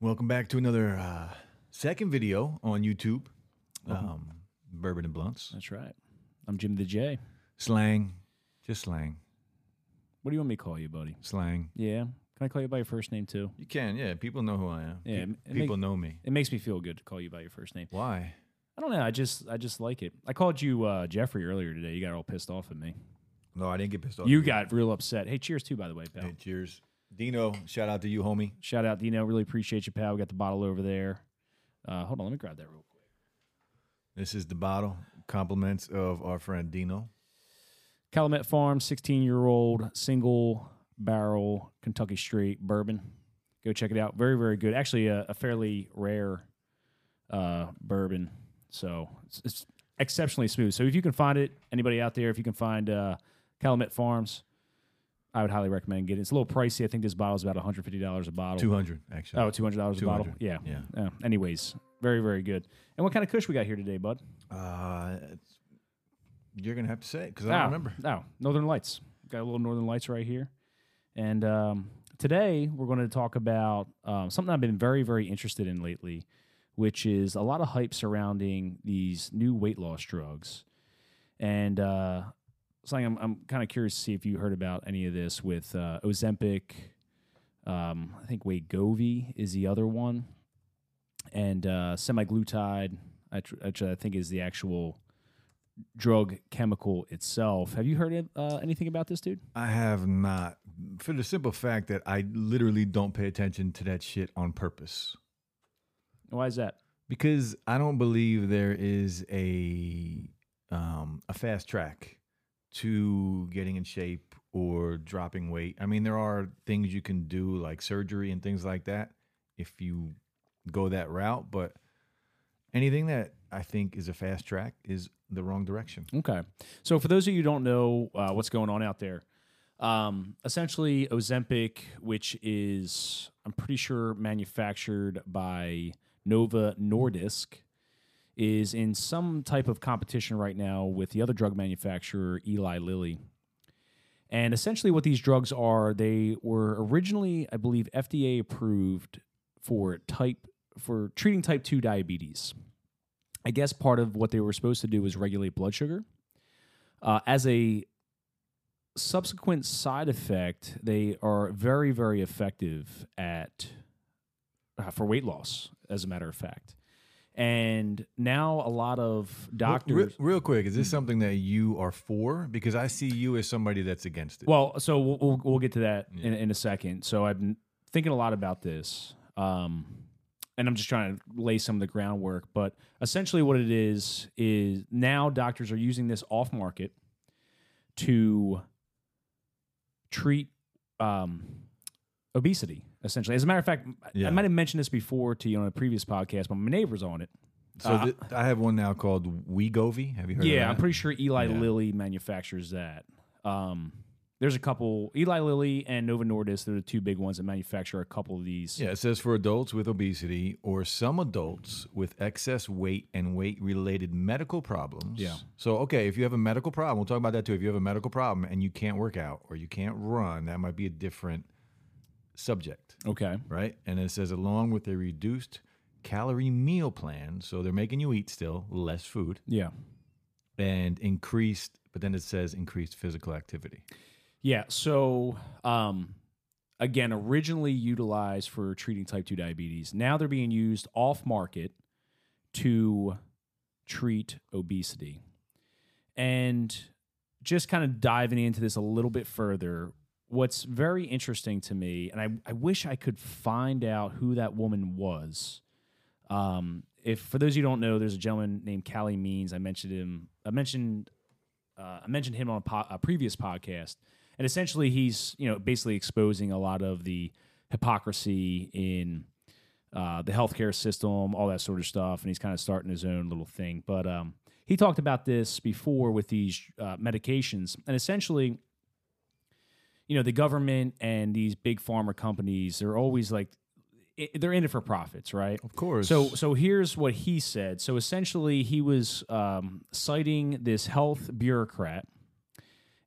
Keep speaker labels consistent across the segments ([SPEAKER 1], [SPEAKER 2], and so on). [SPEAKER 1] Welcome back to another uh, second video on YouTube.
[SPEAKER 2] Uh-huh.
[SPEAKER 1] Um, Bourbon and Blunts.
[SPEAKER 2] That's right. I'm Jim the J.
[SPEAKER 1] Slang. Just slang.
[SPEAKER 2] What do you want me to call you, buddy?
[SPEAKER 1] Slang.
[SPEAKER 2] Yeah. Can I call you by your first name too?
[SPEAKER 1] You can, yeah. People know who I am.
[SPEAKER 2] Yeah,
[SPEAKER 1] Pe-
[SPEAKER 2] it make-
[SPEAKER 1] people know me.
[SPEAKER 2] It makes me feel good to call you by your first name.
[SPEAKER 1] Why?
[SPEAKER 2] I don't know. I just I just like it. I called you uh, Jeffrey earlier today. You got all pissed off at me.
[SPEAKER 1] No, I didn't get pissed off.
[SPEAKER 2] You got real upset. Hey, cheers too, by the way, pal.
[SPEAKER 1] Oh, Hey, cheers. Dino, shout out to you, homie.
[SPEAKER 2] Shout out Dino. Really appreciate you, pal. We got the bottle over there. Uh, hold on, let me grab that real quick.
[SPEAKER 1] This is the bottle. Compliments of our friend Dino.
[SPEAKER 2] Calumet Farm, 16 year old single barrel Kentucky straight bourbon. Go check it out. Very, very good. Actually, a, a fairly rare uh, bourbon. So it's, it's exceptionally smooth. So if you can find it, anybody out there, if you can find uh, Calumet Farms, I would highly recommend getting it. It's a little pricey. I think this bottle is about $150 a bottle.
[SPEAKER 1] 200, actually.
[SPEAKER 2] Oh, $200 a bottle.
[SPEAKER 1] 200,
[SPEAKER 2] Yeah.
[SPEAKER 1] yeah.
[SPEAKER 2] Uh, anyways, very, very good. And what kind of kush we got here today, bud?
[SPEAKER 1] Uh, it's- you're going to have to say it because I
[SPEAKER 2] Oh,
[SPEAKER 1] don't remember.
[SPEAKER 2] Oh, Northern Lights. Got a little Northern Lights right here. And um, today we're going to talk about um, something I've been very, very interested in lately, which is a lot of hype surrounding these new weight loss drugs. And uh, something I'm, I'm kind of curious to see if you heard about any of this with uh, Ozempic. Um, I think Wegovy is the other one. And uh, semiglutide, I tr- which I think is the actual drug chemical itself. Have you heard of, uh, anything about this, dude?
[SPEAKER 1] I have not, for the simple fact that I literally don't pay attention to that shit on purpose.
[SPEAKER 2] Why is that?
[SPEAKER 1] because I don't believe there is a um, a fast track to getting in shape or dropping weight. I mean, there are things you can do like surgery and things like that if you go that route, but anything that I think is a fast track is the wrong direction.
[SPEAKER 2] Okay. So, for those of you who don't know uh, what's going on out there, um, essentially Ozempic, which is, I'm pretty sure, manufactured by Nova Nordisk, is in some type of competition right now with the other drug manufacturer, Eli Lilly. And essentially, what these drugs are, they were originally, I believe, FDA approved for type for treating type two diabetes. I guess part of what they were supposed to do was regulate blood sugar. Uh, as a subsequent side effect, they are very, very effective at uh, for weight loss. As a matter of fact, and now a lot of doctors. Mm-hmm.
[SPEAKER 1] Re- real quick, is this something that you are for? Because I see you as somebody that's against it.
[SPEAKER 2] Well, so we'll we'll, we'll get to that in, in a second. So I've been thinking a lot about this, um, and I'm just trying to lay some of the groundwork. But essentially, what it is is now doctors are using this off market to treat um, obesity. Essentially, as a matter of fact, I-
[SPEAKER 1] Yeah.
[SPEAKER 2] I might have mentioned this before to you on a previous podcast, but my neighbor's on it.
[SPEAKER 1] so thi- I have one now called Wegovy. Have you heard?
[SPEAKER 2] uh, Yeah,
[SPEAKER 1] of
[SPEAKER 2] I'm
[SPEAKER 1] that?
[SPEAKER 2] pretty sure Eli
[SPEAKER 1] Yeah.
[SPEAKER 2] Lilly manufactures that. Um, there's a couple Eli Lilly and Nova Nordisk. They're the two big ones that manufacture a couple of these.
[SPEAKER 1] Yeah, it says for adults with obesity or some adults with excess weight and weight related medical problems.
[SPEAKER 2] Yeah.
[SPEAKER 1] So, okay, if you have a medical problem, we'll talk about that too. If you have a medical problem and you can't work out or you can't run, that might be a different subject,
[SPEAKER 2] Okay.
[SPEAKER 1] right? And it says along with a reduced calorie meal plan. So they're making you eat still less food
[SPEAKER 2] Yeah.
[SPEAKER 1] and increased, but then it says increased physical activity.
[SPEAKER 2] Yeah. So, um, again, originally utilized for treating type 2 diabetes. Now they're being used off market to treat obesity. And just kind of diving into this a little bit further, what's very interesting to me, and I, I wish I could find out who that woman was. Um, if for those of you who don't know, there's a gentleman named Callie Means. I mentioned him. I mentioned uh, I mentioned him on a, po- a previous podcast, and essentially he's you know basically exposing a lot of the hypocrisy in uh, the healthcare system, all that sort of stuff, and he's kind of starting his own little thing. But um, he talked about this before with these uh, medications, and essentially, you know, the government and these big pharma companies, they're always like it, they're in it for profits, right?
[SPEAKER 1] Of course.
[SPEAKER 2] So, so here's what he said. So essentially, he was um, citing this health bureaucrat,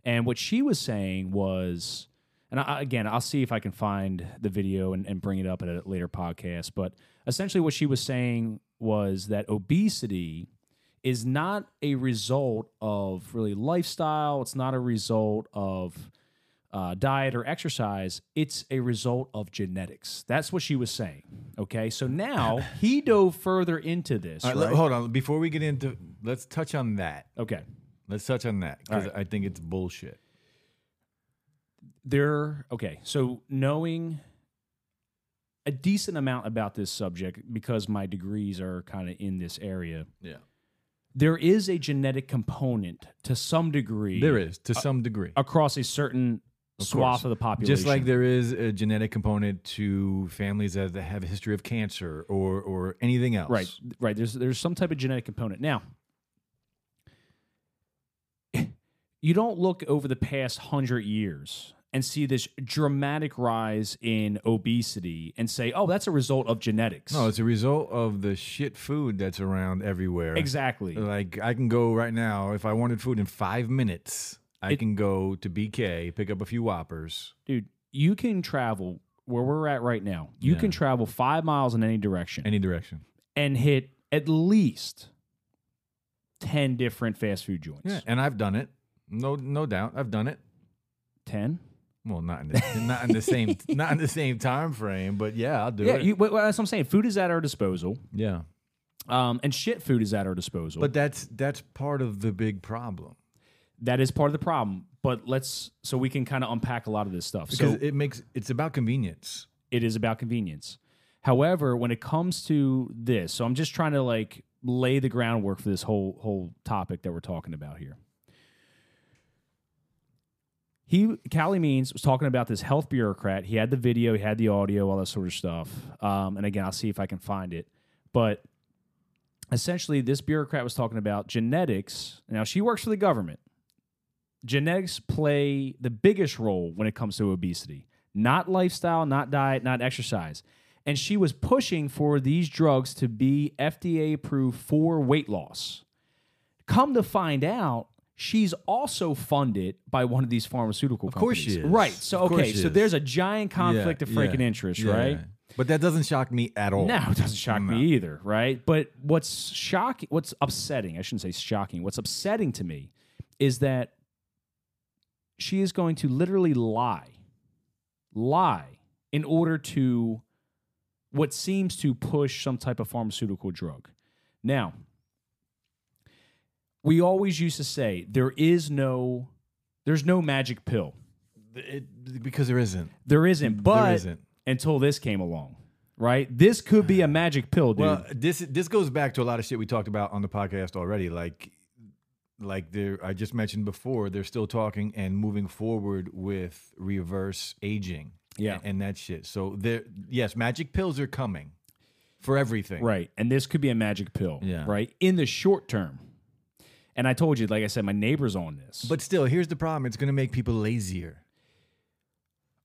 [SPEAKER 2] and what she was saying was, and I, again, I'll see if I can find the video and, and bring it up at a later podcast. But essentially, what she was saying was that obesity is not a result of really lifestyle. It's not a result of uh, diet or exercise, it's a result of genetics. That's what she was saying. Okay, so now he dove further into this.
[SPEAKER 1] All right,
[SPEAKER 2] right?
[SPEAKER 1] let- hold on. Before we get into, let's touch on that.
[SPEAKER 2] okay,
[SPEAKER 1] Let's touch on that because I think it's bullshit.
[SPEAKER 2] there. Okay, so knowing a decent amount about this subject because my degrees are kind of in this area,
[SPEAKER 1] Yeah,
[SPEAKER 2] there is a genetic component to some degree.
[SPEAKER 1] there is to some degree.
[SPEAKER 2] across Uh, a certain
[SPEAKER 1] Of
[SPEAKER 2] swath
[SPEAKER 1] course.
[SPEAKER 2] of the population.
[SPEAKER 1] Just like there is a genetic component to families that that have a history of cancer or or anything else.
[SPEAKER 2] Right, right. There's there's some type of genetic component. Now, you don't look over the past hundred years and see this dramatic rise in obesity and say, "Oh, that's a result of genetics."
[SPEAKER 1] No, Oh, it's a result of the shit food that's around everywhere.
[SPEAKER 2] exactly.
[SPEAKER 1] Like I can go right now if I wanted food in five minutes. I
[SPEAKER 2] It-
[SPEAKER 1] can go to BK, pick up a few Whoppers.
[SPEAKER 2] Dude, you can travel where we're at right now. You
[SPEAKER 1] Yeah.
[SPEAKER 2] can travel five miles in any direction
[SPEAKER 1] Any direction.
[SPEAKER 2] and hit at least ten different fast food joints.
[SPEAKER 1] Yeah, and I've done it. No, no doubt, I've done it.
[SPEAKER 2] Ten.
[SPEAKER 1] Well, not in the, not in the same not in the same time frame, but yeah, I'll do
[SPEAKER 2] Yeah,
[SPEAKER 1] it.
[SPEAKER 2] you, well, that's what I'm saying. Food is at our disposal.
[SPEAKER 1] yeah,
[SPEAKER 2] Um, and shit food is at our disposal.
[SPEAKER 1] but that's that's part of the big problem
[SPEAKER 2] that is part of the problem. But let's so we can kind of unpack a lot of this stuff.
[SPEAKER 1] because
[SPEAKER 2] So
[SPEAKER 1] it makes it's about convenience.
[SPEAKER 2] it is about convenience. However, when it comes to this, so I'm just trying to like lay the groundwork for this whole whole topic that we're talking about here. He Callie Means was talking about this health bureaucrat. He had the video, he had the audio, all that sort of stuff. Um, and again, I'll see if I can find it. But essentially, this bureaucrat was talking about genetics. Now she works for the government. Genetics play the biggest role when it comes to obesity not lifestyle, not diet, not exercise. And she was pushing for these drugs to be FDA approved for weight loss. Come to find out, she's also funded by one of these pharmaceutical
[SPEAKER 1] Of course
[SPEAKER 2] companies.
[SPEAKER 1] she is.
[SPEAKER 2] Right. So,
[SPEAKER 1] Of course
[SPEAKER 2] okay.
[SPEAKER 1] she
[SPEAKER 2] So
[SPEAKER 1] is.
[SPEAKER 2] there's a giant conflict
[SPEAKER 1] Yeah,
[SPEAKER 2] of freaking
[SPEAKER 1] yeah,
[SPEAKER 2] interest,
[SPEAKER 1] yeah,
[SPEAKER 2] right?
[SPEAKER 1] yeah. But that doesn't shock me at all.
[SPEAKER 2] No, it doesn't shock
[SPEAKER 1] No.
[SPEAKER 2] me either, right? But what's shocking, what's upsetting, I shouldn't say shocking, what's upsetting to me is that she is going to literally lie, lie in order to what seems to push some type of pharmaceutical drug. Now, we always used to say there is no there's no magic pill.
[SPEAKER 1] It- because there isn't.
[SPEAKER 2] There isn't, but
[SPEAKER 1] isn't.
[SPEAKER 2] until this came along, right? This could be a magic pill, dude.
[SPEAKER 1] Well, this this goes back to a lot of shit we talked about on the podcast already. Like, like there, I just mentioned before, they're still talking and moving forward with reverse aging.
[SPEAKER 2] Yeah.
[SPEAKER 1] and, that shit. So there, yes, magic pills are coming for everything.
[SPEAKER 2] Right. And this could be a magic pill.
[SPEAKER 1] Yeah.
[SPEAKER 2] Right. In the short term. And I told you, like I said, my neighbor's on this.
[SPEAKER 1] But still, here's the problem: it's going to make people lazier.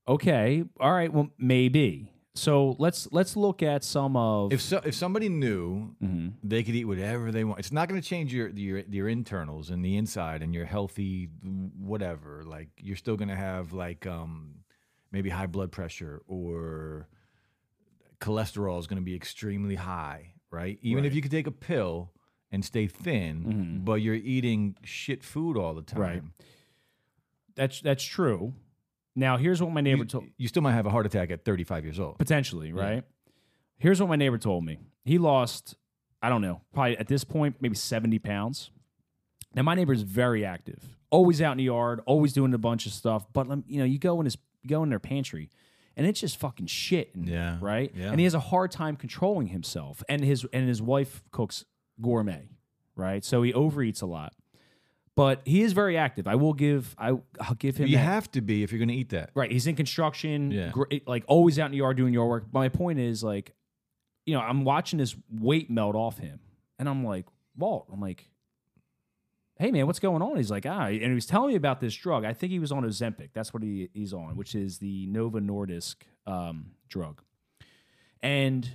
[SPEAKER 2] okay, all right, well, maybe. So let's let's look at some of
[SPEAKER 1] If so, if somebody knew
[SPEAKER 2] Mm-hmm.
[SPEAKER 1] they could eat whatever they want, it's not going to change your, your your internals and the inside and your healthy whatever. Like you're still going to have like um, maybe high blood pressure or cholesterol is going to be extremely high, right? Even if you could take a pill and stay thin, but you're eating shit food all the time,
[SPEAKER 2] Mm-hmm. Right. that's that's true. Now here's what my neighbor told
[SPEAKER 1] You still might have a heart attack at 35 years old.
[SPEAKER 2] potentially, right? Here's what my neighbor told me. He lost, I don't know, probably at this point, maybe 70 pounds. Now my neighbor's very active, always out in the yard, always doing a bunch of stuff. But lem- you know, you go in his you go in their pantry, and it's just fucking shit. in there,
[SPEAKER 1] Yeah.
[SPEAKER 2] right.
[SPEAKER 1] Yeah.
[SPEAKER 2] And he has a hard time controlling himself. And his and his wife cooks gourmet, right? So he overeats a lot. But he is very active. I will give I I'll give him
[SPEAKER 1] you
[SPEAKER 2] that.
[SPEAKER 1] have to be if you're going to eat that.
[SPEAKER 2] Right. He's in construction.
[SPEAKER 1] Yeah.
[SPEAKER 2] Gr- like always out in the yard doing yard work. My point is like, you know, I'm watching this weight melt off him, and I'm like, Walt. I'm like, hey man, what's going on? He's like, ah, and he was telling me about this drug. I think he was on Ozempic. That's what he, he's on, which is the Nova Nordisk um, drug. And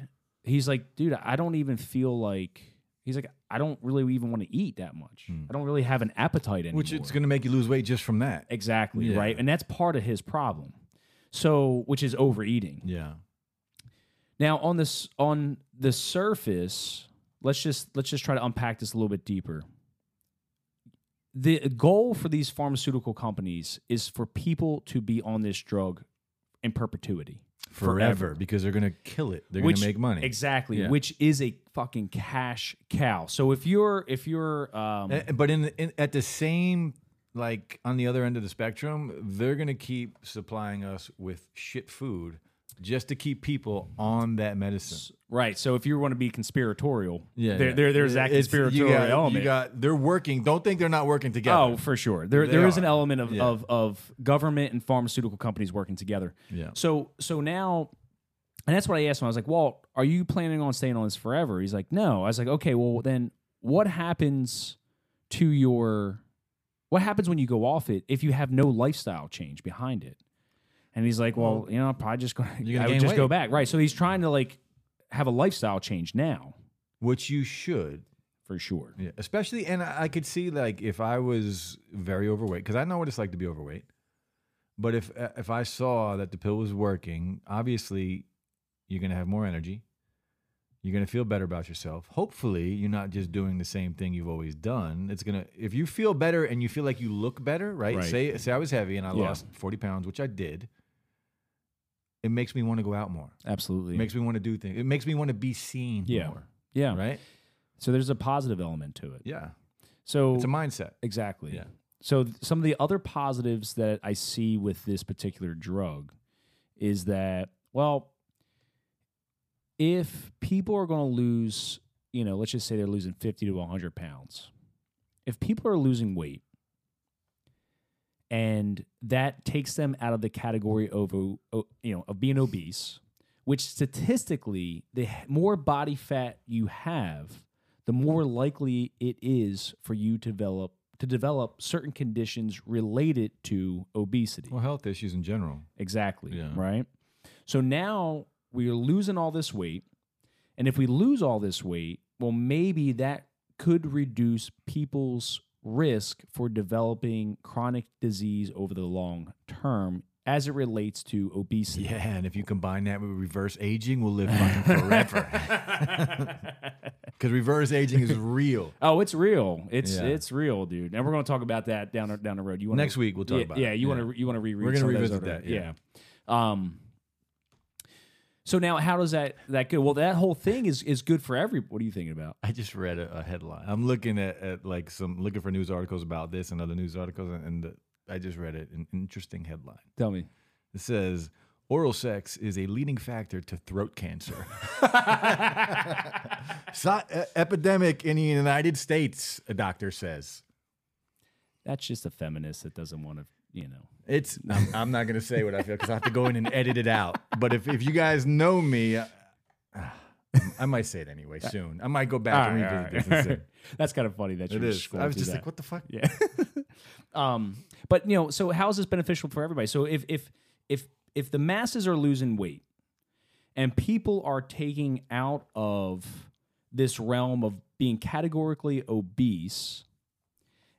[SPEAKER 2] he's like, dude, I don't even feel like he's like, I don't really even want to eat that much.
[SPEAKER 1] Mm.
[SPEAKER 2] I don't really have an appetite anymore.
[SPEAKER 1] Which it's going to make you lose weight just from that.
[SPEAKER 2] exactly
[SPEAKER 1] Yeah.
[SPEAKER 2] right, and that's part of his problem. So, which is overeating.
[SPEAKER 1] Yeah.
[SPEAKER 2] Now on this on the surface, let's just let's just try to unpack this a little bit deeper. The goal for these pharmaceutical companies is for people to be on this drug in perpetuity.
[SPEAKER 1] Forever,
[SPEAKER 2] Forever.
[SPEAKER 1] because they're going to kill it. They're going
[SPEAKER 2] Which-
[SPEAKER 1] to make money.
[SPEAKER 2] Exactly,
[SPEAKER 1] Yeah.
[SPEAKER 2] which is a fucking cash cow. So if you're if you're um
[SPEAKER 1] A- Eh, But in, in at the same like on the other end of the spectrum, they're going to keep supplying us with shit food just to keep people on that medicine.
[SPEAKER 2] right, so if you want to be conspiratorial, there, there there's that
[SPEAKER 1] It's-
[SPEAKER 2] conspiratorial
[SPEAKER 1] you got,
[SPEAKER 2] element.
[SPEAKER 1] You got they're working. Don't think they're not working together.
[SPEAKER 2] Oh, for sure. There,
[SPEAKER 1] They
[SPEAKER 2] there is an
[SPEAKER 1] are.
[SPEAKER 2] element of,
[SPEAKER 1] Yeah.
[SPEAKER 2] of of government and pharmaceutical companies working together.
[SPEAKER 1] Yeah.
[SPEAKER 2] So so now, and that's what I asked him. I was like, Walt, are you planning on staying on this forever? He's like, No. I was like, Okay, well then, what happens to your, what happens when you go off it if you have no lifestyle change behind it? And he's like, Well, you know, I'm probably just going.
[SPEAKER 1] You're
[SPEAKER 2] to
[SPEAKER 1] gonna
[SPEAKER 2] I would
[SPEAKER 1] gain
[SPEAKER 2] just go
[SPEAKER 1] weight.
[SPEAKER 2] back, right? So he's trying to like have a lifestyle change now
[SPEAKER 1] which you should.
[SPEAKER 2] for sure.
[SPEAKER 1] Yeah, especially, and I I could see like if I was very overweight, because I know what it's like to be overweight. But if uh, if I saw that the pill was working, obviously you're gonna have more energy. You're gonna feel better about yourself. Hopefully, you're not just doing the same thing you've always done. It's gonna if you feel better and you feel like you look better, right?
[SPEAKER 2] Right.
[SPEAKER 1] Say say I was heavy and I
[SPEAKER 2] Yeah.
[SPEAKER 1] lost forty pounds, which I did. It makes me want to go out more.
[SPEAKER 2] Absolutely.
[SPEAKER 1] It makes me want to do things. It makes me want to be seen
[SPEAKER 2] Yeah.
[SPEAKER 1] more.
[SPEAKER 2] yeah.
[SPEAKER 1] Right?
[SPEAKER 2] So there's a positive element to it.
[SPEAKER 1] Yeah.
[SPEAKER 2] So
[SPEAKER 1] It's a mindset.
[SPEAKER 2] Exactly.
[SPEAKER 1] Yeah.
[SPEAKER 2] So th- some of the other positives that I see with this particular drug is that well if people are going to lose, you know, let's just say they're losing 50 to 100 pounds. If people are losing weight and that takes them out of the category of o- o- you know, of being obese, which statistically the h- more body fat you have, the more likely it is for you to develop to develop certain conditions related to obesity.
[SPEAKER 1] Well, health issues in general.
[SPEAKER 2] Exactly.
[SPEAKER 1] Yeah.
[SPEAKER 2] Right. So now we're losing all this weight. And if we lose all this weight, well, maybe that could reduce people's risk for developing chronic disease over the long term as it relates to obesity.
[SPEAKER 1] Yeah, and if you combine that with reverse aging, we'll live fucking forever. Because reverse aging is real.
[SPEAKER 2] Oh, it's real. It's
[SPEAKER 1] Yeah.
[SPEAKER 2] it's real, dude. And we're going to talk about that down down the road. You want
[SPEAKER 1] Next week we'll talk
[SPEAKER 2] yeah,
[SPEAKER 1] about.
[SPEAKER 2] yeah,
[SPEAKER 1] it.
[SPEAKER 2] you want to you want to reread.
[SPEAKER 1] We're gonna
[SPEAKER 2] some of those
[SPEAKER 1] revisit
[SPEAKER 2] other-
[SPEAKER 1] that, yeah.
[SPEAKER 2] yeah. Um. So now, how does that that go? Well, that whole thing is is good for every. What are you thinking about?
[SPEAKER 1] I just read a, a headline. I'm looking at, at like some looking for news articles about this and other news articles, and, and the, I just read it. An interesting headline.
[SPEAKER 2] Tell me.
[SPEAKER 1] It says oral sex is a leading factor to throat cancer. so, e- epidemic in the United States, a doctor says.
[SPEAKER 2] That's just a feminist that doesn't want to, you know.
[SPEAKER 1] It's I'm, I'm not gonna say what I feel because I have to go in and edit it out. But if, if you guys know me, I, I might say it anyway soon. I might go back and
[SPEAKER 2] All
[SPEAKER 1] revisit
[SPEAKER 2] right, all
[SPEAKER 1] this.
[SPEAKER 2] right.
[SPEAKER 1] And
[SPEAKER 2] That's kind of funny. That
[SPEAKER 1] say, it
[SPEAKER 2] you're
[SPEAKER 1] is.
[SPEAKER 2] scrolling
[SPEAKER 1] I was
[SPEAKER 2] through
[SPEAKER 1] just
[SPEAKER 2] that.
[SPEAKER 1] like, what the fuck?
[SPEAKER 2] Yeah. um, but you know, so how is this beneficial for everybody? So if if if if the masses are losing weight and people are taking out of this realm of being categorically obese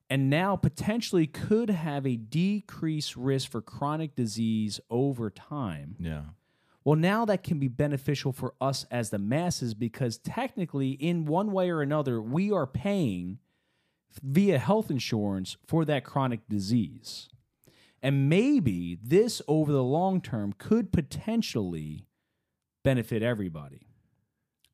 [SPEAKER 2] and now potentially could have a decreased risk for chronic disease over time.
[SPEAKER 1] Yeah.
[SPEAKER 2] Well, now that can be beneficial for us as the masses because technically, in one way or another, we are paying via health insurance for that chronic disease. And maybe this over the long term could potentially benefit everybody.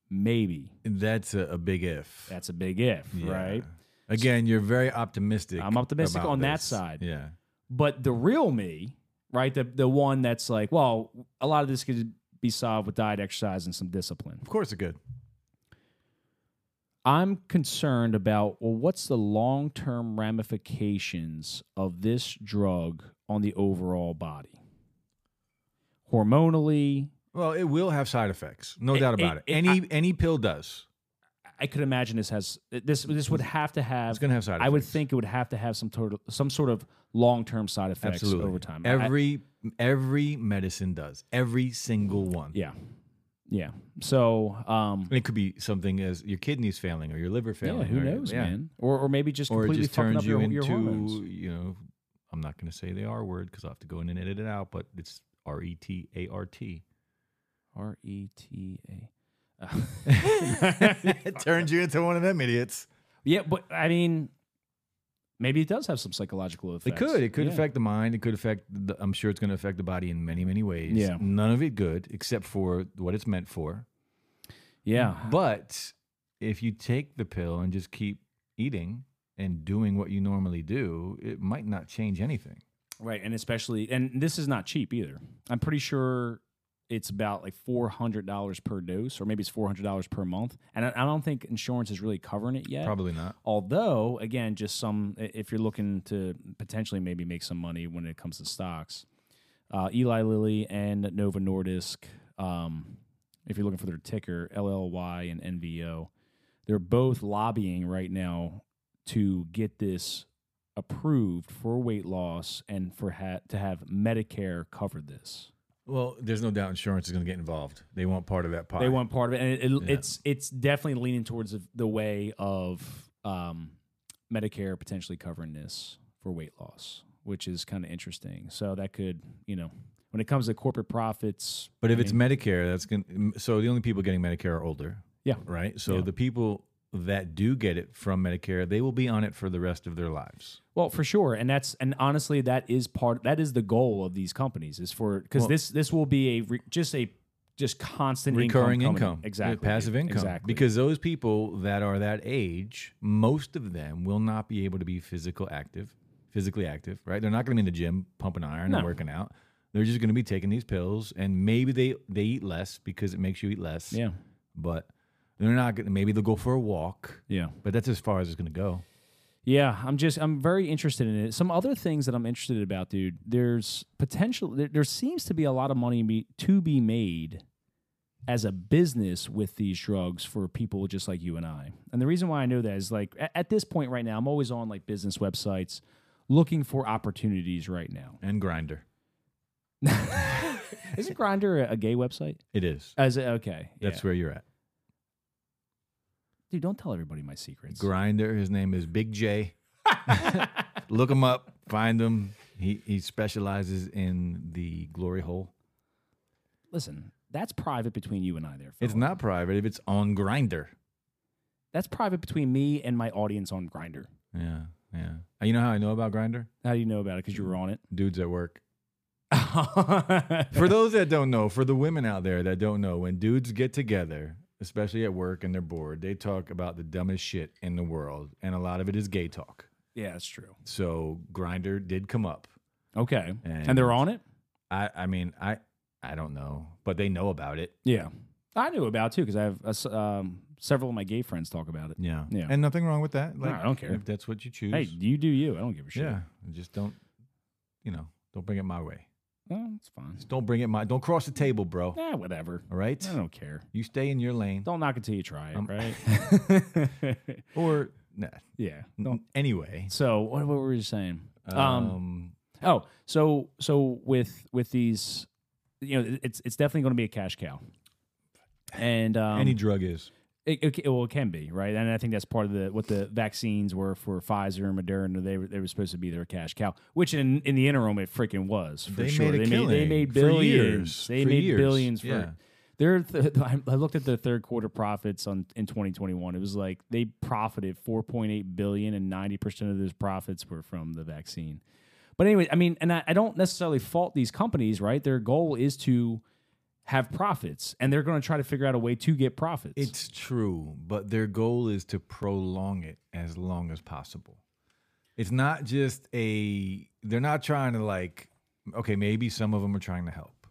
[SPEAKER 2] Maybe.
[SPEAKER 1] That's a, a big if.
[SPEAKER 2] That's a big if,
[SPEAKER 1] Yeah.
[SPEAKER 2] right?
[SPEAKER 1] Again, you're very optimistic.
[SPEAKER 2] I'm optimistic
[SPEAKER 1] about
[SPEAKER 2] on that
[SPEAKER 1] this.
[SPEAKER 2] side.
[SPEAKER 1] Yeah.
[SPEAKER 2] But the real me, right? The the one that's like, well, a lot of this could be solved with diet, exercise, and some discipline.
[SPEAKER 1] Of course, it could.
[SPEAKER 2] I'm concerned about well, what's the long term ramifications of this drug on the overall body? Hormonally,
[SPEAKER 1] Well, it will have side effects, no doubt
[SPEAKER 2] it-
[SPEAKER 1] about it.
[SPEAKER 2] it-
[SPEAKER 1] Any any pill does.
[SPEAKER 2] I could imagine this has this this would have to
[SPEAKER 1] It's
[SPEAKER 2] have.
[SPEAKER 1] going to have side effects.
[SPEAKER 2] I would think it would have to have some total, some sort of long term side effects
[SPEAKER 1] absolutely
[SPEAKER 2] over time. I-
[SPEAKER 1] Every every medicine does. Every single one.
[SPEAKER 2] yeah, Yeah. So, um,
[SPEAKER 1] And it could be something as your kidneys failing or your liver failing.
[SPEAKER 2] yeah, who
[SPEAKER 1] or-
[SPEAKER 2] knows,
[SPEAKER 1] yeah.
[SPEAKER 2] man? Or, or maybe just
[SPEAKER 1] Or it
[SPEAKER 2] completely
[SPEAKER 1] just
[SPEAKER 2] fucking
[SPEAKER 1] turns
[SPEAKER 2] up
[SPEAKER 1] you
[SPEAKER 2] your, your
[SPEAKER 1] into,
[SPEAKER 2] hormones.
[SPEAKER 1] you know, I'm not going to say the R word because I'll have to go in and edit it out, but it's R E T A R T.
[SPEAKER 2] R E T A.
[SPEAKER 1] It turns you into one of them idiots.
[SPEAKER 2] Yeah, but I mean, maybe it does have some psychological
[SPEAKER 1] It
[SPEAKER 2] effects.
[SPEAKER 1] could. It could
[SPEAKER 2] Yeah.
[SPEAKER 1] affect the mind. It could affect. The, I'm sure it's going to affect the body in many, many ways.
[SPEAKER 2] Yeah.
[SPEAKER 1] None of it good except for what it's meant for.
[SPEAKER 2] Yeah.
[SPEAKER 1] Ah. But if you take the pill and just keep eating and doing what you normally do, it might not change anything.
[SPEAKER 2] Right, and especially, and this is not cheap either. I'm pretty sure it's about like four hundred dollars per dose, or maybe it's four hundred dollars per month. And I, I don't think insurance is really covering it yet.
[SPEAKER 1] Probably not.
[SPEAKER 2] Although, again, just some i- if you're looking to potentially maybe make some money when it comes to stocks, uh, Eli Lilly and Nova Nordisk. Um, if you're looking for their ticker, LLY and NVO, they're both lobbying right now to get this approved for weight loss and for ha- to have Medicare cover this.
[SPEAKER 1] Well, there's no doubt insurance is going to get involved. They want part of that pie.
[SPEAKER 2] They want part of it, and it, it-
[SPEAKER 1] Yeah.
[SPEAKER 2] it's it's definitely leaning towards the, the way of um, Medicare potentially covering this for weight loss, which is kind of interesting. So that could, you know, when it comes to corporate profits,
[SPEAKER 1] But if
[SPEAKER 2] I
[SPEAKER 1] it's Medicare, that's going. to So the only people getting Medicare are older.
[SPEAKER 2] Yeah.
[SPEAKER 1] Right. So
[SPEAKER 2] Yeah.
[SPEAKER 1] the people that do get it from Medicare, they will be on it for the rest of their lives.
[SPEAKER 2] well, for sure, and that's and honestly, that is part that is the goal of these companies is for because
[SPEAKER 1] Well-
[SPEAKER 2] this this will be a re, just a just constant
[SPEAKER 1] Recurring
[SPEAKER 2] income,
[SPEAKER 1] income,
[SPEAKER 2] coming in. exactly
[SPEAKER 1] passive income,
[SPEAKER 2] exactly
[SPEAKER 1] Because those people that are that age, most of them will not be able to be physical active, physically active. Right? They're not going to be in the gym pumping iron
[SPEAKER 2] No.
[SPEAKER 1] and working out. They're just going to be taking these pills, and maybe they they eat less because it makes you eat less.
[SPEAKER 2] yeah
[SPEAKER 1] But they're not going. to Maybe they'll go for a walk.
[SPEAKER 2] yeah.
[SPEAKER 1] But that's as far as it's going to go.
[SPEAKER 2] Yeah, I'm just I'm very interested in it. Some other things that I'm interested about, dude. There's potential. There, there seems to be a lot of money be, to be made as a business with these drugs for people just like you and I. And the reason why I know that is like at, at this point right now, I'm always on like business websites looking for opportunities right now.
[SPEAKER 1] And grinder,
[SPEAKER 2] Isn't Grinder a, a gay website?
[SPEAKER 1] it is.
[SPEAKER 2] As a, okay,
[SPEAKER 1] That's
[SPEAKER 2] yeah.
[SPEAKER 1] where you're at.
[SPEAKER 2] dude. Don't tell everybody my secrets.
[SPEAKER 1] Grinder. His name is Big J. Look him up. Find him. He he specializes in the glory hole.
[SPEAKER 2] Listen, that's private between you and I. There,
[SPEAKER 1] It's
[SPEAKER 2] fella.
[SPEAKER 1] not private if it's on Grinder.
[SPEAKER 2] That's private between me and my audience on Grinder.
[SPEAKER 1] Yeah, yeah. Uh, You know how I know about Grinder?
[SPEAKER 2] How do you know about it? Because you were on it.
[SPEAKER 1] Dudes at work.
[SPEAKER 2] yeah,
[SPEAKER 1] For those that don't know, for the women out there that don't know, when dudes get together, especially at work and they're bored, they talk about the dumbest shit in the world, and a lot of it is gay talk.
[SPEAKER 2] that's true.
[SPEAKER 1] So Grinder did come up.
[SPEAKER 2] Okay, and,
[SPEAKER 1] And-
[SPEAKER 2] they're on it.
[SPEAKER 1] I I mean I I don't know, but they know about it.
[SPEAKER 2] Yeah, I knew about it too because I have uh, s- um, several of my gay friends talk about it.
[SPEAKER 1] Yeah.
[SPEAKER 2] Yeah.
[SPEAKER 1] And nothing wrong with that. Like
[SPEAKER 2] I don't care.
[SPEAKER 1] if that's what you choose.
[SPEAKER 2] Hey, you do you. I don't give a shit.
[SPEAKER 1] yeah. Just don't you know, don't bring it my way.
[SPEAKER 2] Well, it's fine.
[SPEAKER 1] Just don't bring it my don't cross the table, bro.
[SPEAKER 2] Yeah, whatever.
[SPEAKER 1] All right?
[SPEAKER 2] I don't care.
[SPEAKER 1] You stay in your lane.
[SPEAKER 2] Don't knock it till you try it,
[SPEAKER 1] Um,
[SPEAKER 2] right?
[SPEAKER 1] Or nah,
[SPEAKER 2] yeah.
[SPEAKER 1] n- anyway.
[SPEAKER 2] So what, what were you saying?
[SPEAKER 1] Um,
[SPEAKER 2] Oh, so so with with these, you know, it's it's definitely going to be a cash cow, and um,
[SPEAKER 1] any drug is.
[SPEAKER 2] It, it, ca- well, it can be right, and I think that's part of the what the vaccines were for Pfizer and Moderna. They were they were supposed to be their cash cow, which in in the interim it freaking was. For
[SPEAKER 1] They
[SPEAKER 2] sure.
[SPEAKER 1] made a
[SPEAKER 2] they made they
[SPEAKER 1] killing
[SPEAKER 2] made
[SPEAKER 1] for
[SPEAKER 2] billions.
[SPEAKER 1] years,
[SPEAKER 2] They
[SPEAKER 1] for
[SPEAKER 2] made
[SPEAKER 1] years,
[SPEAKER 2] billions for.
[SPEAKER 1] yeah.
[SPEAKER 2] Their th- I I looked at their third quarter profits on in 2021. It was like they profited 4.8 billion, and 90 percent of those profits were from the vaccine. But anyway, I mean, and I, I don't necessarily fault these companies, right? Their goal is to have profits, and they're going to try to figure out a way to get profits.
[SPEAKER 1] It's true, but their goal is to prolong it as long as possible. It's not just a, they're not trying to like, okay, maybe some of them are trying to help,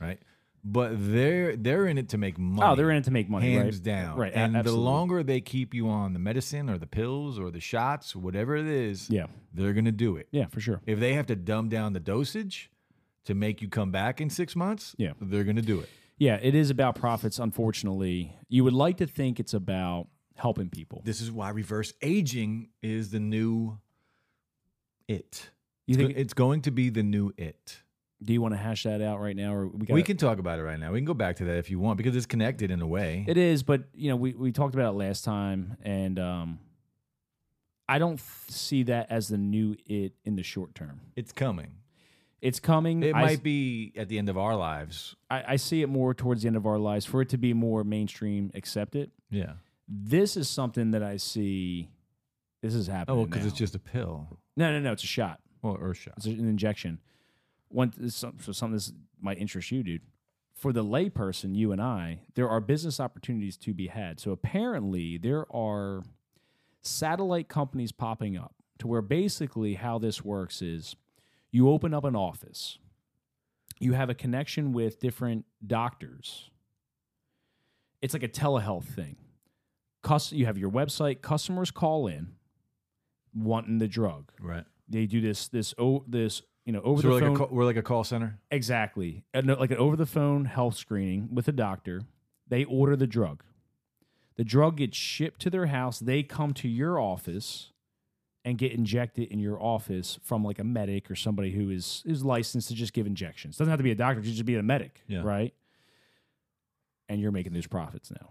[SPEAKER 1] right? But they're they're in it to make money.
[SPEAKER 2] Oh, they're in it to make money,
[SPEAKER 1] hands
[SPEAKER 2] right?
[SPEAKER 1] down.
[SPEAKER 2] Right, a-
[SPEAKER 1] and the
[SPEAKER 2] absolutely.
[SPEAKER 1] longer they keep you on the medicine or the pills or the shots, whatever it is,
[SPEAKER 2] Yeah,
[SPEAKER 1] they're gonna do it.
[SPEAKER 2] yeah, for sure.
[SPEAKER 1] If they have to dumb down the dosage to make you come back in six months,
[SPEAKER 2] Yeah.
[SPEAKER 1] they're gonna do it.
[SPEAKER 2] Yeah, it is about profits. Unfortunately, you would like to think it's about helping people.
[SPEAKER 1] This is why reverse aging is the new it.
[SPEAKER 2] You
[SPEAKER 1] It's go-
[SPEAKER 2] think?
[SPEAKER 1] it's going to be the new it.
[SPEAKER 2] Do you want to hash that out right now, or we got
[SPEAKER 1] We can talk about it right now. We can go back to that if you want because it's connected in a way.
[SPEAKER 2] It is, but you know, we we talked about it last time, and um, I don't f- see that as the new it in the short term.
[SPEAKER 1] it's coming.
[SPEAKER 2] It's coming.
[SPEAKER 1] It
[SPEAKER 2] I,
[SPEAKER 1] might be at the end of our lives.
[SPEAKER 2] I, I see it more towards the end of our lives for it to be more mainstream accepted.
[SPEAKER 1] Yeah.
[SPEAKER 2] This is something that I see. This is happening.
[SPEAKER 1] Oh, because
[SPEAKER 2] now.
[SPEAKER 1] it's just a pill.
[SPEAKER 2] no, no, no. It's a shot.
[SPEAKER 1] Well, or a shot.
[SPEAKER 2] It's an injection. One it's some- so something that might interest you, dude. For the layperson, you and I, there are business opportunities to be had. So apparently, there are satellite companies popping up to where basically how this works is you open up an office, you have a connection with different doctors. It's like a telehealth thing. Cus- you have your website, customers call in wanting the drug
[SPEAKER 1] Right.
[SPEAKER 2] they do this this oh this you know over
[SPEAKER 1] So we're
[SPEAKER 2] the
[SPEAKER 1] like,
[SPEAKER 2] phone
[SPEAKER 1] a call, we're like a call center.
[SPEAKER 2] exactly And, uh, like an over the phone health screening with a doctor they order the drug the drug gets shipped to their house they come to your office and get injected in your office from like a medic or somebody who is is licensed to just give injections doesn't have to be a doctor it could just be a medic
[SPEAKER 1] Yeah.
[SPEAKER 2] right and you're making those profits now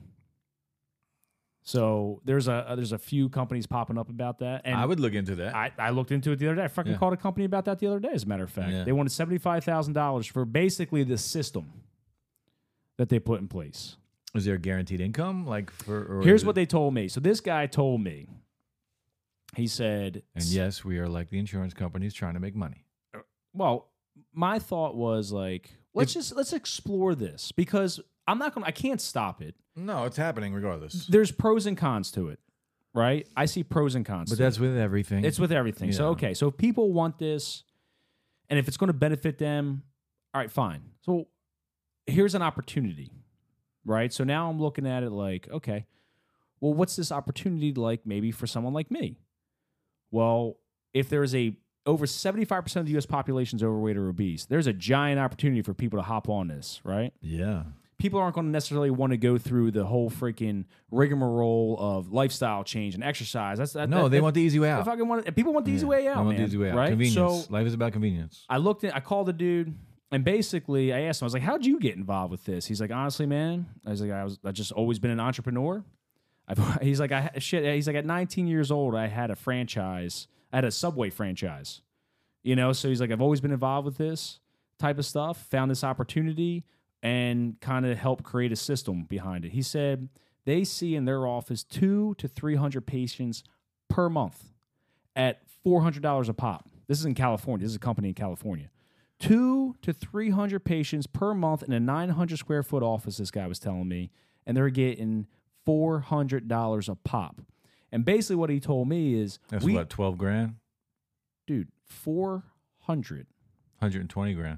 [SPEAKER 2] so there's a there's a few companies popping up about that and
[SPEAKER 1] I would look into that.
[SPEAKER 2] I, I looked into it the other day. I fucking
[SPEAKER 1] Yeah.
[SPEAKER 2] called a company about that the other day, as a matter of fact.
[SPEAKER 1] Yeah.
[SPEAKER 2] They wanted $75,000 for basically the system that they put in place.
[SPEAKER 1] is there guaranteed income? Like for or
[SPEAKER 2] Here's
[SPEAKER 1] is
[SPEAKER 2] what
[SPEAKER 1] it-
[SPEAKER 2] they told me. So this guy told me, he said,
[SPEAKER 1] And yes, we are like the insurance companies trying to make money.
[SPEAKER 2] well, my thought was like, let's just let's explore this because I'm not gonna I can't stop it.
[SPEAKER 1] No, it's happening regardless.
[SPEAKER 2] There's pros and cons to it, right? I see pros and cons.
[SPEAKER 1] But
[SPEAKER 2] to it.
[SPEAKER 1] that's with everything.
[SPEAKER 2] It's with everything. So
[SPEAKER 1] Yeah.
[SPEAKER 2] okay, so if people want this, and if it's going to benefit them, all right, fine. So here's an opportunity, right? So now I'm looking at it like, okay, well, what's this opportunity like? Maybe for someone like me. Well, if there is a over 75% of the US population is overweight or obese, there's a giant opportunity for people to hop on this, right?
[SPEAKER 1] yeah.
[SPEAKER 2] people aren't going to necessarily want to go through the whole freaking rigmarole of lifestyle change and exercise. That's that,
[SPEAKER 1] No,
[SPEAKER 2] that-
[SPEAKER 1] they
[SPEAKER 2] that-
[SPEAKER 1] want the easy way out.
[SPEAKER 2] If I can want, if people want the easy way out,
[SPEAKER 1] I want
[SPEAKER 2] man,
[SPEAKER 1] these way out.
[SPEAKER 2] right?
[SPEAKER 1] Convenience.
[SPEAKER 2] So
[SPEAKER 1] Life is about convenience.
[SPEAKER 2] I looked at, I called the dude, and basically I asked him, I was like, "How'd you get involved with this?" He's like, "Honestly, man," I was like, "I was, I just always been an entrepreneur." I've, he's like, "I ha- shit." He's like, at 19 years old, I had a franchise, I had a Subway franchise, you know. So he's like, "I've always been involved with this type of stuff. Found this opportunity." And kind of helped create a system behind it. He said they see in their office two to 300 patients per month at four hundred dollars a pop. This is in California. This is a company in California. Two to three hundred patients per month in a nine hundred square foot office. This guy was telling me, and they're getting four hundred dollars a pop. And basically, what he told me is,
[SPEAKER 1] That's
[SPEAKER 2] we,
[SPEAKER 1] what, 12 grand?
[SPEAKER 2] dude, four hundred.
[SPEAKER 1] 120 grand.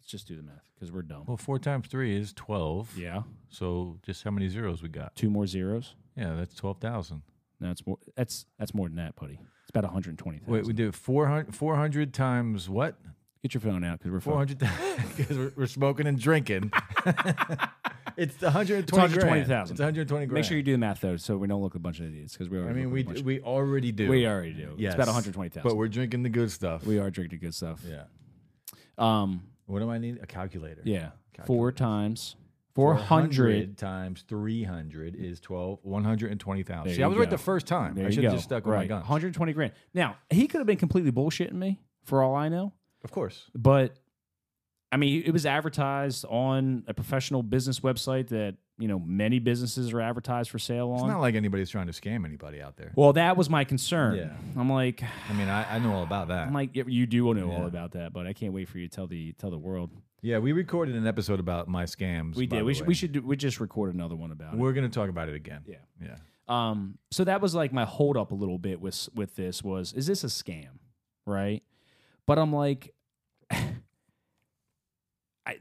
[SPEAKER 2] Let's just do the math because we're dumb.
[SPEAKER 1] Well, four times three is 12.
[SPEAKER 2] Yeah,
[SPEAKER 1] So just how many zeros we got?
[SPEAKER 2] two more zeros.
[SPEAKER 1] Yeah, that's 12,000.
[SPEAKER 2] No, it's more. That's that's more than that, buddy. It's about one hundred twenty
[SPEAKER 1] Wait, we
[SPEAKER 2] thousand.
[SPEAKER 1] do 400, 400 times what?
[SPEAKER 2] Get your phone out because we're fucked.
[SPEAKER 1] 400 because we're, we're smoking and drinking. it's 120 grand.
[SPEAKER 2] 120,000.
[SPEAKER 1] It's 120 grand.
[SPEAKER 2] Make sure you do the math though, so we don't look a bunch of idiots. Because we.
[SPEAKER 1] I mean, we, d- we already do.
[SPEAKER 2] we already do.
[SPEAKER 1] Yes.
[SPEAKER 2] It's about one hundred twenty thousand.
[SPEAKER 1] But we're drinking the good stuff.
[SPEAKER 2] We are drinking good stuff.
[SPEAKER 1] yeah.
[SPEAKER 2] Um,
[SPEAKER 1] What do I need? A calculator.
[SPEAKER 2] yeah. Four times. 400.
[SPEAKER 1] 400 times 300 is 12, 120,000.
[SPEAKER 2] There
[SPEAKER 1] See, I
[SPEAKER 2] you
[SPEAKER 1] was right
[SPEAKER 2] go.
[SPEAKER 1] the first time.
[SPEAKER 2] There
[SPEAKER 1] I
[SPEAKER 2] you
[SPEAKER 1] should have
[SPEAKER 2] go.
[SPEAKER 1] just stuck with
[SPEAKER 2] right.
[SPEAKER 1] my guns.
[SPEAKER 2] 120 grand. Now, he could have been completely bullshitting me for all I know,
[SPEAKER 1] Of course.
[SPEAKER 2] but I mean, it was advertised on a professional business website that, you know, many businesses are advertised for sale
[SPEAKER 1] It's
[SPEAKER 2] on.
[SPEAKER 1] not like anybody's trying to scam anybody out there.
[SPEAKER 2] well, that was my concern.
[SPEAKER 1] Yeah.
[SPEAKER 2] I'm like,
[SPEAKER 1] I mean, I, I know all about that.
[SPEAKER 2] I'm like, "Yeah, you do know all
[SPEAKER 1] Yeah.
[SPEAKER 2] about that, but I can't wait for you to tell the tell the world.
[SPEAKER 1] Yeah, we recorded an episode about my scams.
[SPEAKER 2] We
[SPEAKER 1] by
[SPEAKER 2] did.
[SPEAKER 1] the
[SPEAKER 2] We should,
[SPEAKER 1] way.
[SPEAKER 2] we should do, we just record another one about it.
[SPEAKER 1] We're going to talk about it again.
[SPEAKER 2] Yeah.
[SPEAKER 1] Yeah.
[SPEAKER 2] Um, so that was like my hold up a little bit with with this was is this a scam, right? But I'm like, I,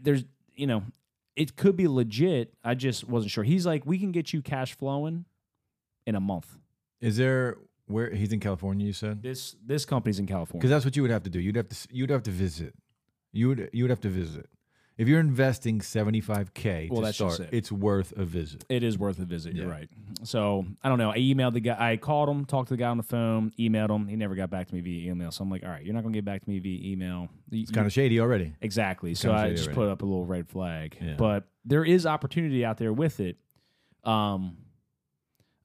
[SPEAKER 2] there's you know, it could be legit. I just wasn't sure. He's like, we can get you cash flowing in a month.
[SPEAKER 1] Is there where he's in California? You said
[SPEAKER 2] This this company's in California.
[SPEAKER 1] because that's what you would have to do. You'd have to s- you'd have to visit. You would you would have to visit, If you're investing 75k
[SPEAKER 2] Well,
[SPEAKER 1] to
[SPEAKER 2] that's just
[SPEAKER 1] start,
[SPEAKER 2] it.
[SPEAKER 1] it's worth a visit.
[SPEAKER 2] It is worth a visit. You're
[SPEAKER 1] Yeah.
[SPEAKER 2] right. So I don't know. I emailed the guy. I called him, talked to the guy on the phone, emailed him. He never got back to me via email. So I'm like, all right, you're not going to get back to me via email.
[SPEAKER 1] It's kind of shady already.
[SPEAKER 2] exactly. So
[SPEAKER 1] kinda
[SPEAKER 2] I
[SPEAKER 1] shady
[SPEAKER 2] just
[SPEAKER 1] already.
[SPEAKER 2] put up a little red flag.
[SPEAKER 1] Yeah.
[SPEAKER 2] But there is opportunity out there with it. Um,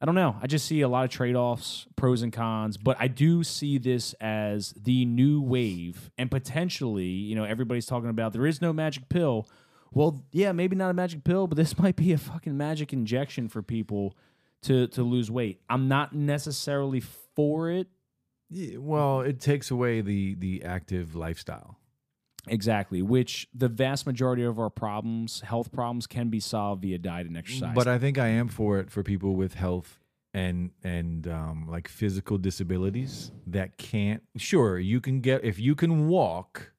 [SPEAKER 2] I don't know. I just see a lot of trade offs, pros and cons, but I do see this as the new wave and potentially, you know, everybody's talking about there is no magic pill. Well, yeah, maybe not a magic pill, but this might be a fucking magic injection for people to to lose weight. I'm not necessarily for it
[SPEAKER 1] Yeah,
[SPEAKER 2] Mm-hmm.
[SPEAKER 1] well, it takes away the the active lifestyle.
[SPEAKER 2] exactly, which the vast majority of our problems, health problems can be solved via diet and exercise.
[SPEAKER 1] But I think I am for it for people with health and and um, like physical disabilities that can't. Sure, you can get if you can walk,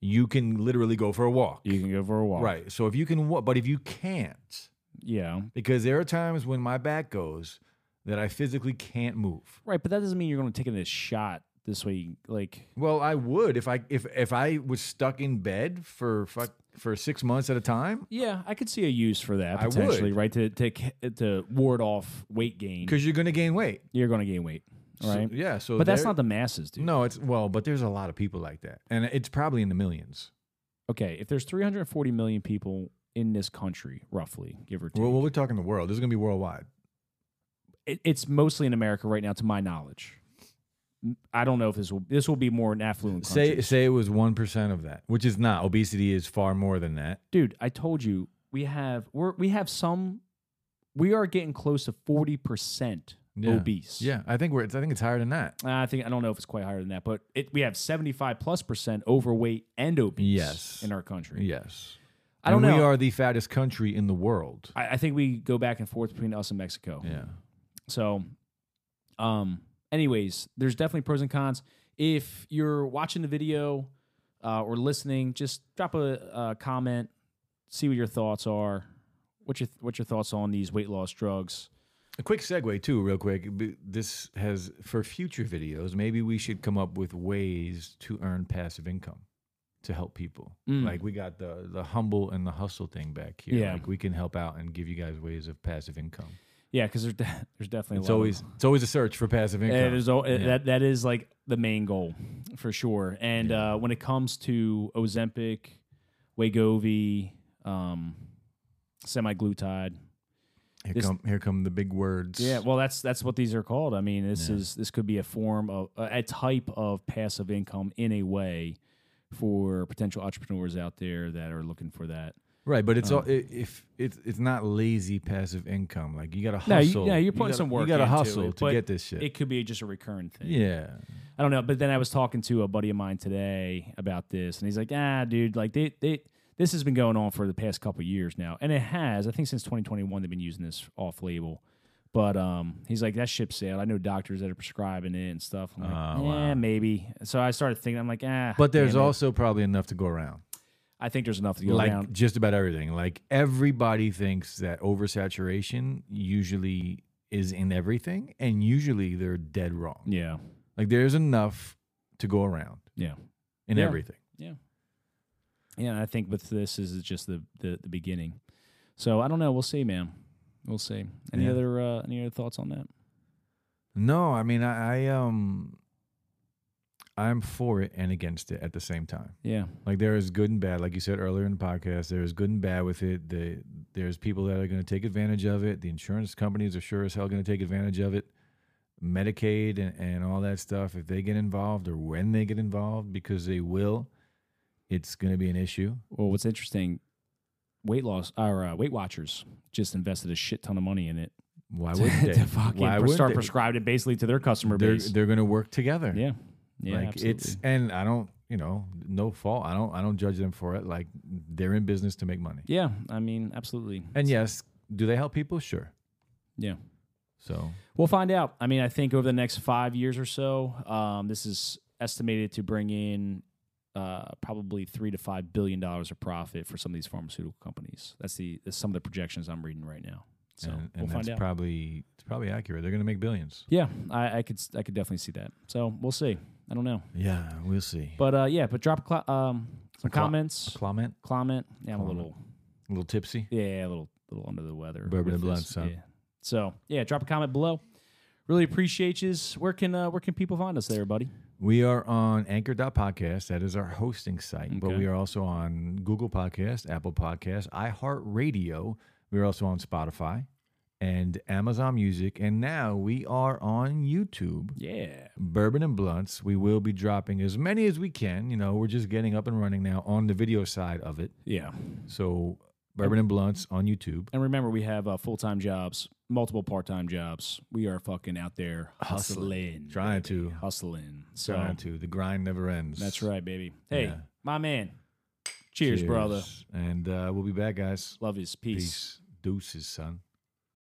[SPEAKER 1] you can literally go for a walk.
[SPEAKER 2] you can go for a walk.
[SPEAKER 1] Right. So if you can walk, but if you can't,
[SPEAKER 2] Yeah.
[SPEAKER 1] because there are times when my back goes that I physically can't move.
[SPEAKER 2] Right, but that doesn't mean you're going to take this shot this way like
[SPEAKER 1] Well, I would if I if if I was stuck in bed for fuck, for six months at a time.
[SPEAKER 2] Yeah, I could see a use for that
[SPEAKER 1] I would.
[SPEAKER 2] potentially, right? To to ca- to ward off weight gain,
[SPEAKER 1] Because you're going to gain weight,
[SPEAKER 2] you're going to gain weight,
[SPEAKER 1] So-
[SPEAKER 2] right?
[SPEAKER 1] yeah. So,
[SPEAKER 2] but that's
[SPEAKER 1] there-
[SPEAKER 2] not the masses, dude.
[SPEAKER 1] No, it's well, but there's a lot of people like that, and it's probably in the millions.
[SPEAKER 2] Okay, if there's 340 million people in this country, roughly, give or take,
[SPEAKER 1] Well, well, we're talking the world. This is going to be worldwide.
[SPEAKER 2] it, it's mostly in America right now, to my knowledge. M- I don't know if this will this will be more an affluent country.
[SPEAKER 1] Say say it was one percent of that, which is not. Obesity is far more than that.
[SPEAKER 2] dude, I told you we have we're we have some. We are getting close to 40 percent
[SPEAKER 1] Yeah.
[SPEAKER 2] obese.
[SPEAKER 1] Yeah, I think we're. It's, I think it's higher than that.
[SPEAKER 2] Uh, I think I don't know if it's quite higher than that, but it, we have seventy five plus percent overweight and obese
[SPEAKER 1] Yes.
[SPEAKER 2] in our country.
[SPEAKER 1] Yes,
[SPEAKER 2] I don't
[SPEAKER 1] And We
[SPEAKER 2] know.
[SPEAKER 1] are the fattest country in the world.
[SPEAKER 2] I, I think we go back and forth between us and Mexico.
[SPEAKER 1] Yeah.
[SPEAKER 2] So, um, anyways, there's definitely pros and cons. If you're watching the video uh, or listening, just drop a, a comment, see what your thoughts are. What your what your thoughts on these weight loss drugs?
[SPEAKER 1] A quick segue too, real quick. B- This has for future videos. Maybe we should come up with ways to earn passive income to help people.
[SPEAKER 2] Mm.
[SPEAKER 1] Like we got the the humble and the hustle thing back here.
[SPEAKER 2] Yeah.
[SPEAKER 1] Like we can help out and give you guys ways of passive income.
[SPEAKER 2] Yeah, because there's de- there's definitely a
[SPEAKER 1] It's
[SPEAKER 2] lot of-
[SPEAKER 1] always it's always a search for passive income.
[SPEAKER 2] It is al-
[SPEAKER 1] Yeah.
[SPEAKER 2] that that is like the main goal for sure. And uh, when it comes to Ozempic, Wegovy, um, semiglutide,
[SPEAKER 1] here
[SPEAKER 2] this-
[SPEAKER 1] come here come the big words.
[SPEAKER 2] yeah, well, that's that's what these are called. I mean, this
[SPEAKER 1] Yeah.
[SPEAKER 2] is this could be a form of a a type of passive income in a way for potential entrepreneurs out there that are looking for that.
[SPEAKER 1] Right, but it's
[SPEAKER 2] Um,
[SPEAKER 1] all i- if it's it's not lazy passive income. Like you got to
[SPEAKER 2] No, you-
[SPEAKER 1] hustle.
[SPEAKER 2] yeah, you're
[SPEAKER 1] You
[SPEAKER 2] putting
[SPEAKER 1] gotta-
[SPEAKER 2] some work
[SPEAKER 1] You gotta
[SPEAKER 2] into
[SPEAKER 1] hustle
[SPEAKER 2] it,
[SPEAKER 1] to
[SPEAKER 2] but
[SPEAKER 1] get this shit.
[SPEAKER 2] It could be just a recurrent thing.
[SPEAKER 1] yeah,
[SPEAKER 2] I don't know. But then I was talking to a buddy of mine today about this, and he's like, "Ah, dude, like they they this has been going on for the past couple of years now, and it has. I think since 2021 they've been using this off label." But um, he's like that ship sailed. I know doctors that are prescribing it and stuff. I'm like,
[SPEAKER 1] Oh,
[SPEAKER 2] yeah,
[SPEAKER 1] wow.
[SPEAKER 2] maybe. So I started thinking. I'm like, ah.
[SPEAKER 1] but there's
[SPEAKER 2] damn it."
[SPEAKER 1] also probably enough to go around.
[SPEAKER 2] I think there's enough to go
[SPEAKER 1] like
[SPEAKER 2] around.
[SPEAKER 1] just about everything. Like everybody thinks that oversaturation usually is in everything, and usually they're dead wrong.
[SPEAKER 2] Yeah,
[SPEAKER 1] Like there's enough to go around
[SPEAKER 2] yeah,
[SPEAKER 1] in
[SPEAKER 2] Yeah.
[SPEAKER 1] everything.
[SPEAKER 2] yeah. And I think with this is just the the, the beginning. So I don't know. We'll see, man. We'll see. Any
[SPEAKER 1] Yeah.
[SPEAKER 2] other uh, any other thoughts on that?
[SPEAKER 1] No, I mean I, I um I'm for it and against it at the same time.
[SPEAKER 2] Yeah,
[SPEAKER 1] Like there is good and bad. Like you said earlier in the podcast, there is good and bad with it. The, there's people that are going to take advantage of it. The insurance companies are sure as hell going to take advantage of it. Medicaid and, and all that stuff, if they get involved or when they get involved, because they will, it's going to be an issue.
[SPEAKER 2] Well, what's interesting, weight loss or uh, Weight Watchers just invested a shit ton of money in it
[SPEAKER 1] Why
[SPEAKER 2] to,
[SPEAKER 1] would they?
[SPEAKER 2] to fucking
[SPEAKER 1] Why
[SPEAKER 2] pres-
[SPEAKER 1] would
[SPEAKER 2] start
[SPEAKER 1] they?
[SPEAKER 2] prescribing it basically to their customer
[SPEAKER 1] They're,
[SPEAKER 2] base.
[SPEAKER 1] they're going to work together.
[SPEAKER 2] yeah, yeah,
[SPEAKER 1] like
[SPEAKER 2] absolutely.
[SPEAKER 1] it's and I don't, you know, no fault. I don't, I don't judge them for it. Like they're in business to make money.
[SPEAKER 2] yeah. I mean, absolutely.
[SPEAKER 1] And yes, do they help people? Sure.
[SPEAKER 2] Yeah.
[SPEAKER 1] So
[SPEAKER 2] We'll find out. I mean, I think over the next five years or so, um, this is estimated to bring in uh, probably three to five billion dollars of profit for some of these pharmaceutical companies. That's the that's some of the projections I'm reading right now. So
[SPEAKER 1] and,
[SPEAKER 2] we'll
[SPEAKER 1] and
[SPEAKER 2] find
[SPEAKER 1] that's
[SPEAKER 2] out.
[SPEAKER 1] probably it's probably accurate. They're going to make billions.
[SPEAKER 2] yeah, I, I could s- I could definitely see that. So we'll see. I don't know.
[SPEAKER 1] Yeah, we'll see.
[SPEAKER 2] But uh, yeah, but drop a cl- um, Some
[SPEAKER 1] cla-
[SPEAKER 2] comments,
[SPEAKER 1] Clement,
[SPEAKER 2] comment. Yeah, I'm a
[SPEAKER 1] Comment.
[SPEAKER 2] little,
[SPEAKER 1] a little tipsy.
[SPEAKER 2] yeah, a little, little under the weather.
[SPEAKER 1] Bourbon
[SPEAKER 2] with
[SPEAKER 1] and blood,
[SPEAKER 2] this.
[SPEAKER 1] son.
[SPEAKER 2] Yeah. So yeah, drop a comment below. Really appreciate you. Where can uh, where can people find us there, buddy?
[SPEAKER 1] We are on anchor.podcast. That is our hosting site. But
[SPEAKER 2] Okay.
[SPEAKER 1] we are also on Google Podcast, Apple Podcast, iHeartRadio. We're also on Spotify and Amazon Music. And now we are on YouTube.
[SPEAKER 2] Yeah.
[SPEAKER 1] Bourbon and Blunts. We will be dropping as many as we can. You know, we're just getting up and running now on the video side of it.
[SPEAKER 2] Yeah.
[SPEAKER 1] So Bourbon and Blunts on YouTube.
[SPEAKER 2] And remember, we have uh, full time jobs, multiple part time jobs. We are fucking out there hustling,
[SPEAKER 1] Trying to.
[SPEAKER 2] hustling. So
[SPEAKER 1] Trying to. The grind never ends.
[SPEAKER 2] that's right, baby. Hey,
[SPEAKER 1] Yeah.
[SPEAKER 2] my man. Cheers, brother.
[SPEAKER 1] And uh, we'll be back, guys.
[SPEAKER 2] Love is
[SPEAKER 1] Peace. Deuces, son.